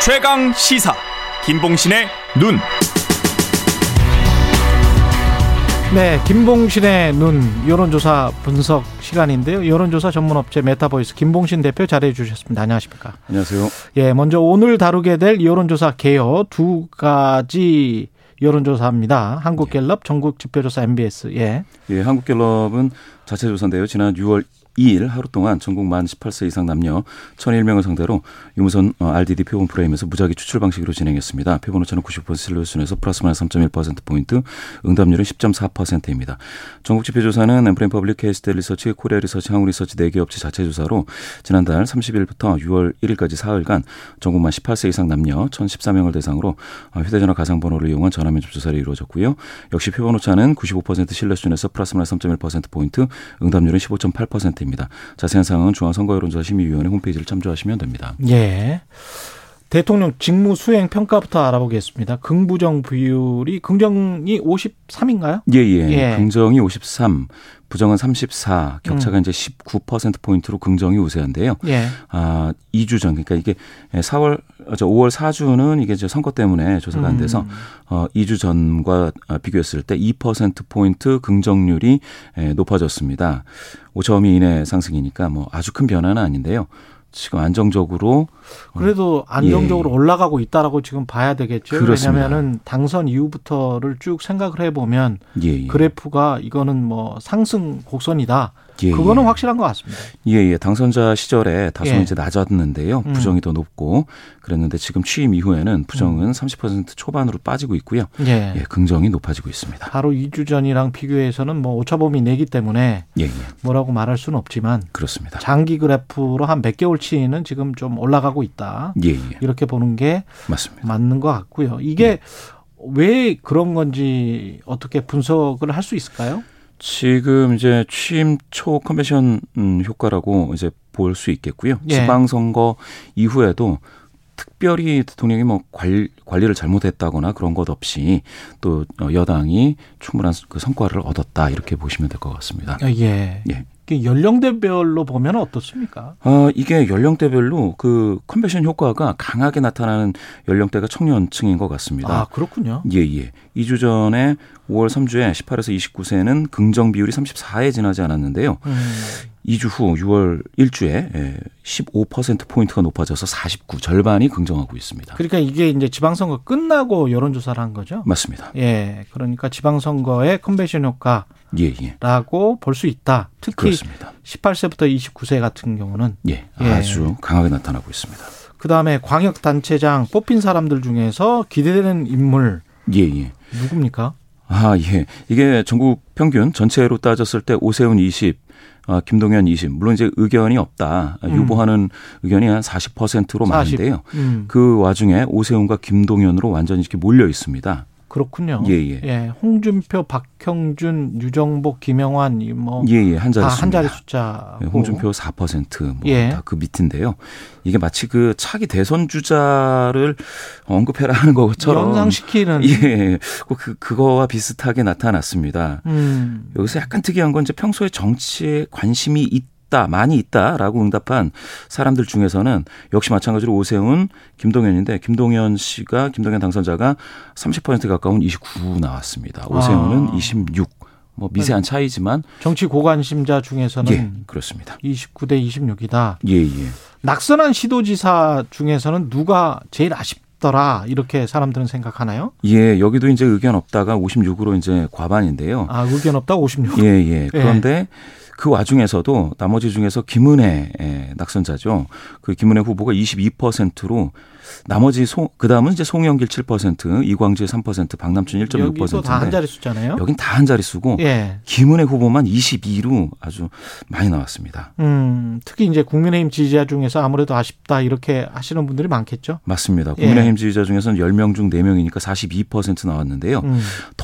최강 시사 김봉신의 눈. 네, 김봉신의 눈 여론조사 분석 시간인데요. 여론조사 전문업체 메타보이스 김봉신 대표 자리해 주셨습니다. 안녕하십니까? 안녕하세요. 예, 먼저 오늘 다루게 될 여론조사 개요 두 가지 여론조사입니다. 한국갤럽 전국지표조사 MBS. 예, 예, 한국갤럽은 자체 조사인데요. 지난 6월 2일 하루 동안 전국 만 18세 이상 남녀 1,001명을 상대로 유무선 어, RDD 표본 프레임에서 무작위 추출 방식으로 진행했습니다. 표본 오차는 90% 신뢰수준에서 플러스 마이너스 3.1%포인트, 응답률은 10.4%입니다. 전국 지표조사는 엠프레인 퍼블릭 케이스텔 리서치, 코리아 리서치, 항우 리서치 4개 업체 자체 조사로 지난달 30일부터 6월 1일까지 4일간 전국 만 18세 이상 남녀 1,014명을 대상으로 어, 휴대전화 가상번호를 이용한 전화면접 조사를 이루어졌고요. 역시 표본 오차는 95% 신뢰수준에서 플러스 마이너스 3.1%포인트, 응답률은 15.8%입니다. 입니다 자세한 사항은 중앙선거여론조사심의위원회 홈페이지를 참조하시면 됩니다. 예. 대통령 직무 수행 평가부터 알아보겠습니다. 긍부정 비율이 긍정이 53인가요? 예, 예. 예. 긍정이 53, 부정은 34, 격차가 음. 이제 19% 포인트로 긍정이 우세한데요. 예. 아, 2주 전 그러니까 이게 4월 어, 저 5월 4주는 이게 이제 선거 때문에 조사가 안 돼서 음. 어 2주 전과 어, 비교했을 때 2% 포인트 긍정률이 예, 높아졌습니다. 5점이 이내 상승이니까 뭐 아주 큰 변화는 아닌데요. 지금 안정적으로 그래도 안정적으로 예. 올라가고 있다라고 지금 봐야 되겠죠. 그렇습니다. 왜냐면은 당선 이후부터를 쭉 생각을 해 보면 예. 그래프가 이거는 뭐 상승 곡선이다. 예. 그거는 확실한 것 같습니다. 예, 예. 당선자 시절에 다소 예. 이제 낮았는데요. 부정이 음. 더 높고 그랬는데 지금 취임 이후에는 부정은 음. 30% 초반으로 빠지고 있고요. 예. 예. 긍정이 높아지고 있습니다. 바로 2주 전이랑 비교해서는 뭐 오차범위 내기 때문에 예, 뭐라고 말할 수는 없지만 그렇습니다. 장기 그래프로 한 몇 개월치는 지금 좀 올라가고 있다. 예, 이렇게 보는 게 맞습니다. 맞는 것 같고요. 이게 왜 그런 건지 어떻게 분석을 할 수 있을까요? 지금 이제 취임 초 컨벤션 음, 효과라고 이제 볼 수 있겠고요. 예. 지방선거 이후에도 특별히 대통령이 뭐 관리, 관리를 잘못했다거나 그런 것 없이 또 여당이 충분한 그 성과를 얻었다 이렇게 보시면 될 것 같습니다. 예. 예. 연령대별로 보면 어떻습니까? 어, 이게 연령대별로 그 컨벤션 효과가 강하게 나타나는 연령대가 청년층인 것 같습니다. 아, 그렇군요. 예, 예. 2주 전에 5월 3주에 18에서 29세는 긍정 비율이 34에 지나지 않았는데요. 음. 2주 후 6월 1주에 예, 15%포인트가 높아져서 49, 절반이 긍정하고 있습니다. 그러니까 이게 이제 지방선거 끝나고 여론조사를 한 거죠? 맞습니다. 예. 그러니까 지방선거의 컨벤션 효과. 예, 예. 라고 볼 수 있다. 특히 그렇습니다. 18세부터 29세 같은 경우는 예, 아주 예. 강하게 나타나고 있습니다. 그다음에 광역 단체장 뽑힌 사람들 중에서 기대되는 인물 예, 예. 누굽니까? 아, 예. 이게 전국 평균 전체로 따졌을 때 오세훈 20, 아, 김동연 20. 물론 이제 의견이 없다. 유보하는 음. 의견이 한 40%로 40. 많은데요. 음. 그 와중에 오세훈과 김동연으로 완전히 이렇게 몰려 있습니다. 그렇군요. 예, 예. 예 홍준표, 박형준, 유정복, 김영환 이뭐 예, 예. 한 자리 숫자. 한 자리 예, 숫자. 네, 홍준표 4%뭐그 예. 밑인데요. 이게 마치 그 차기 대선 주자를 언급해라 하는 것처럼 연상시키는 예. 그 그거와 비슷하게 나타났습니다. 음. 여기서 약간 특이한 건 이제 평소에 정치에 관심이 있 있다, 많이 있다라고 응답한 사람들 중에서는 역시 마찬가지로 오세훈, 김동연인데 김동연 씨가 김동연 당선자가 30% 가까운 29 나왔습니다. 오세훈은 아. 26. 뭐 미세한 차이지만 정치 고관심자 중에서는 예, 그렇습니다. 29대 26이다. 예, 예. 낙선한 시도지사 중에서는 누가 제일 아쉽 더라 이렇게 사람들은 생각하나요? 예, 여기도 이제 의견 없다가 56으로 이제 과반인데요. 아, 의견 없다 56. 예, 예. 그런데 예. 그 와중에서도 나머지 중에서 김은혜 예, 낙선자죠. 그 김은혜 후보가 22%로 나머지 송, 그 다음은 이제 송영길 7%, 이광재 3%, 박남춘 1.6%. 여기도 다 한 자리 수잖아요. 여긴 다 한 자리 수고 예. 김은혜 후보만 22로 아주 많이 나왔습니다. 음, 특히 이제 국민의힘 지지자 중에서 아무래도 아쉽다 이렇게 하시는 분들이 많겠죠. 맞습니다. 국민의힘 예. 지지자 중에서는 10명 중 4명이니까 42% 나왔는데요. 음.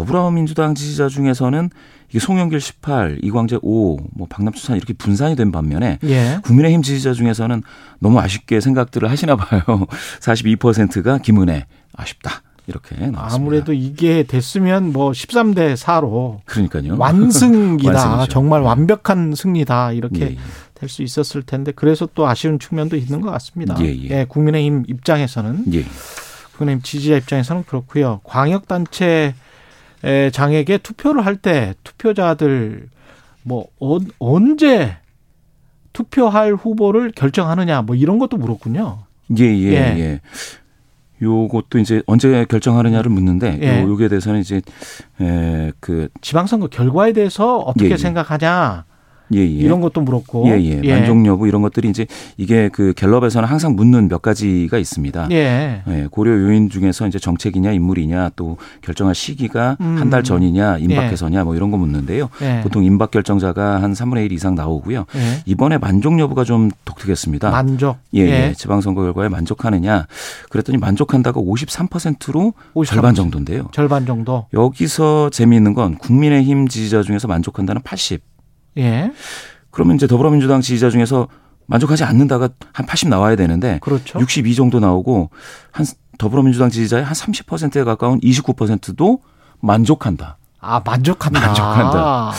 더불어민주당 지지자 중에서는 이게 송영길 18, 이광재 5, 뭐 박남춘 4 이렇게 분산이 된 반면에 예. 국민의힘 지지자 중에서는 너무 아쉽게 생각들을 하시나 봐요. 42%가 김은혜 아쉽다. 이렇게 나왔습니다. 아무래도 이게 됐으면 뭐 13대 4로 그러니까요. 완승이다. 정말 완벽한 승리다. 이렇게 예, 예. 될 수 있었을 텐데 그래서 또 아쉬운 측면도 있는 것 같습니다. 예, 예. 예 국민의힘 입장에서는 예. 국민의힘 지지자 입장에서는 그렇고요. 광역단체 장에게 투표를 할 때 투표자들 뭐 언, 언제 투표할 후보를 결정하느냐 뭐 이런 것도 물었군요. 예, 예, 예. 예. 요것도 이제 언제 결정하느냐를 묻는데 예. 요, 요에 대해서는 이제 에그 지방선거 결과에 대해서 어떻게 예, 생각하냐 예, 예. 이런 것도 물었고 예, 예. 만족 여부 이런 것들이 이제 이게 그 갤럽에서는 항상 묻는 몇 가지가 있습니다. 예. 고려 요인 중에서 이제 정책이냐 인물이냐 또 결정할 시기가 음. 한달 전이냐 임박해서냐 뭐 이런 거 묻는데요. 예. 보통 임박 결정자가 한 3분의 1 이상 나오고요. 이번에 만족 여부가 좀 독특했습니다. 만족. 예, 예. 지방선거 결과에 만족하느냐 그랬더니 만족한다가 53%로 53%. 절반 정도인데요. 절반 정도. 여기서 재미있는 건 국민의힘 지지자 중에서 만족한다는 80. 예. 그러면 이제 더불어민주당 지지자 중에서 만족하지 않는다가 한 80 나와야 되는데 그렇죠. 62 정도 나오고 한 더불어민주당 지지자의 한 30%에 가까운 29%도 만족한다. 아, 만족한다. 만족한다.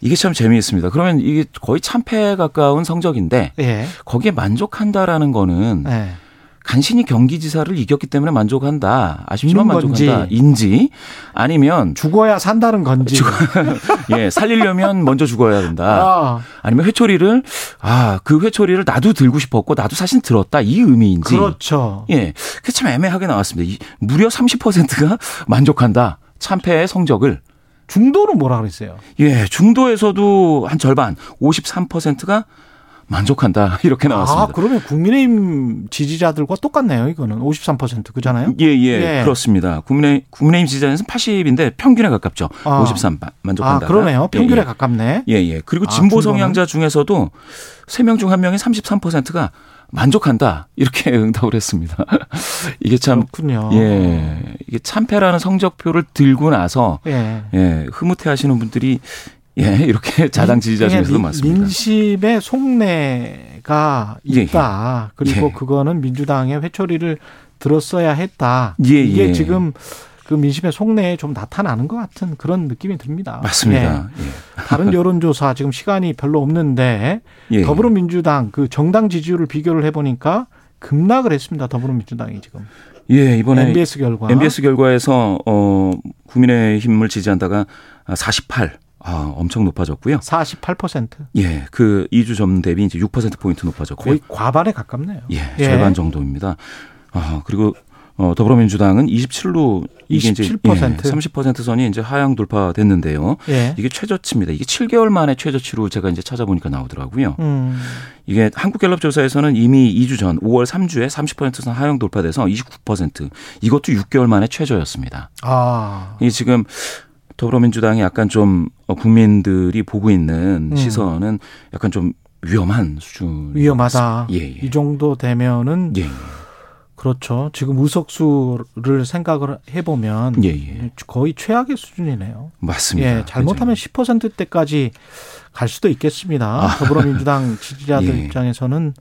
이게 참 재미있습니다. 그러면 이게 거의 참패에 가까운 성적인데 예. 거기에 만족한다라는 거는 예. 간신히 경기지사를 이겼기 때문에 만족한다. 아쉽지만 만족한다. 인지 아니면 죽어야 산다는 건지. 예, 살리려면 먼저 죽어야 된다. 아. 니면 회초리를 아, 그 회초리를 나도 들고 싶었고 나도 사실 들었다. 이 의미인지. 그렇죠. 예. 그게 참 애매하게 나왔습니다. 이, 무려 30%가 만족한다. 참패의 성적을 중도는 뭐라 그랬어요? 예, 중도에서도 한 절반 53%가 만족한다 이렇게 나왔습니다. 아 그러면 국민의힘 지지자들과 똑같네요. 이거는 53% 그잖아요. 예예 예, 예. 그렇습니다. 국민의 국민의힘 지지자는 80인데 평균에 가깝죠. 아. 53 만족한다. 아 그러네요. 평균에 예, 가깝네. 예예 그리고 진보 아, 성향자 중에서도 3명 중 1명이 33%가 만족한다 이렇게 응답을 했습니다. 이게 참 그렇군요. 예 이게 참패라는 성적표를 들고 나서 예 흐뭇해하시는 분들이 예, 이렇게 자당 지지자 중에서도 많습니다. 민심의 속내가 있다. 예, 예. 그리고 예. 그거는 민주당의 회초리를 들었어야 했다. 예, 이게 지금 그 민심의 속내에 좀 나타나는 것 같은 그런 느낌이 듭니다. 예. 맞습니다. 예. 다른 여론조사 지금 시간이 별로 없는데 예. 더불어민주당 그 정당 지지율을 비교를 해보니까 급락을 했습니다. 더불어민주당이 지금. 예, 이번에 MBS 결과 MBS 결과에서 어 국민의힘을 지지한다가 48. 아, 엄청 높아졌고요. 48%. 예, 그 2주 전 대비 이제 6% 포인트 높아졌고 거의 과반에 가깝네요. 예, 예, 절반 정도입니다. 아, 그리고 어, 더불어민주당은 27로 이게 27%. 이제 예, 30% 선이 이제 하향 돌파됐는데요. 네. 예. 이게 최저치입니다. 이게 7개월 만에 최저치로 제가 이제 찾아보니까 나오더라고요. 음. 이게 한국갤럽 조사에서는 이미 2주 전 5월 3주에 30%선 하향 돌파돼서 29% 이것도 6개월 만에 최저였습니다. 아. 이게 지금 더불어민주당이 약간 좀 국민들이 보고 있는 음. 시선은 약간 좀 위험한 수준. 위험하다. 예, 예. 이 정도 되면은 예, 그렇죠. 지금 우석수를 생각을 해보면 예. 거의 최악의 수준이네요. 맞습니다. 음. 예, 잘못하면 굉장히. 10%대까지 갈 수도 있겠습니다. 아. 더불어민주당 지지자들 입장에서는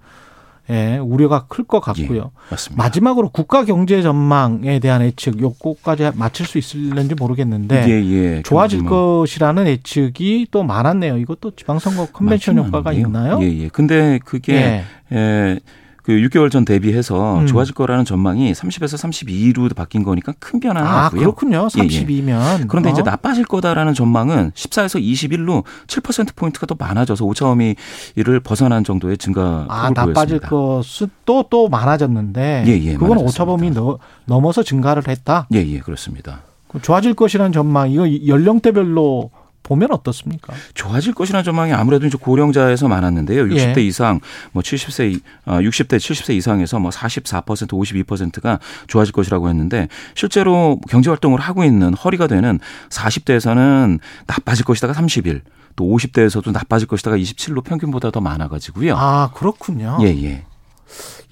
예, 우려가 클 것 같고요. 예, 마지막으로 국가 경제 전망에 대한 예측 요거까지 마칠 수 있을는지 모르겠는데 예, 예, 네. 좋아질 경제만. 것이라는 예측이 또 많았네요. 이것도 지방선거 컨벤션 효과가 많네요. 있나요? 예, 예. 근데 그게 예. 그 6개월 전 대비해서 음. 좋아질 거라는 전망이 30에서 32로 바뀐 거니까 큰 변화는 아, 없고요. 그렇군요. 32면. 예, 예. 그런데 어. 이제 나빠질 거다라는 전망은 14에서 21로 7% 포인트가 더 많아져서 오차범위를 벗어난 정도의 증가. 아, 나빠질 것은 또또 또 많아졌는데. 예, 예, 그건 많아졌습니다. 오차범위 넘, 넘어서 증가를 했다. 예, 예, 그렇습니다. 좋아질 것이라는 전망 이거 연령대별로 보면 어떻습니까? 좋아질 것이라는 전망이 아무래도 이제 고령자에서 많았는데요. 60대 예. 이상, 뭐 70세, 60대, 70세 이상에서 뭐 44%, 52%가 좋아질 것이라고 했는데 실제로 경제 활동을 하고 있는 허리가 되는 40대에서는 나빠질 것이다가 30일, 또 50대에서도 나빠질 것이다가 27로 평균보다 더 많아가지고요. 아 그렇군요. 예 예.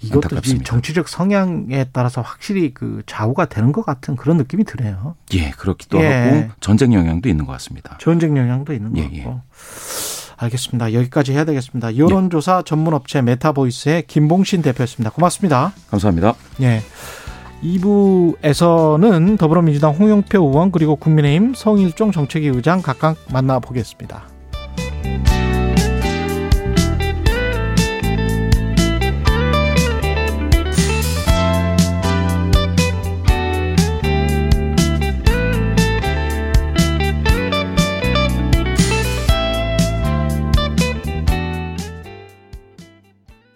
이것도 안타깝습니다. 정치적 성향에 따라서 확실히 그 좌우가 되는 것 같은 그런 느낌이 드네요. 예, 그렇기도 예. 하고 전쟁 영향도 있는 것 같습니다. 전쟁 영향도 있는 것 예, 같고. 예. 알겠습니다. 여기까지 해야 되겠습니다. 여론조사 전문업체 메타보이스의 김봉신 대표였습니다. 고맙습니다. 감사합니다. 예. 2부에서는 더불어민주당 홍영표 의원 그리고 국민의힘 성일종 정책위 의장 각각 만나보겠습니다.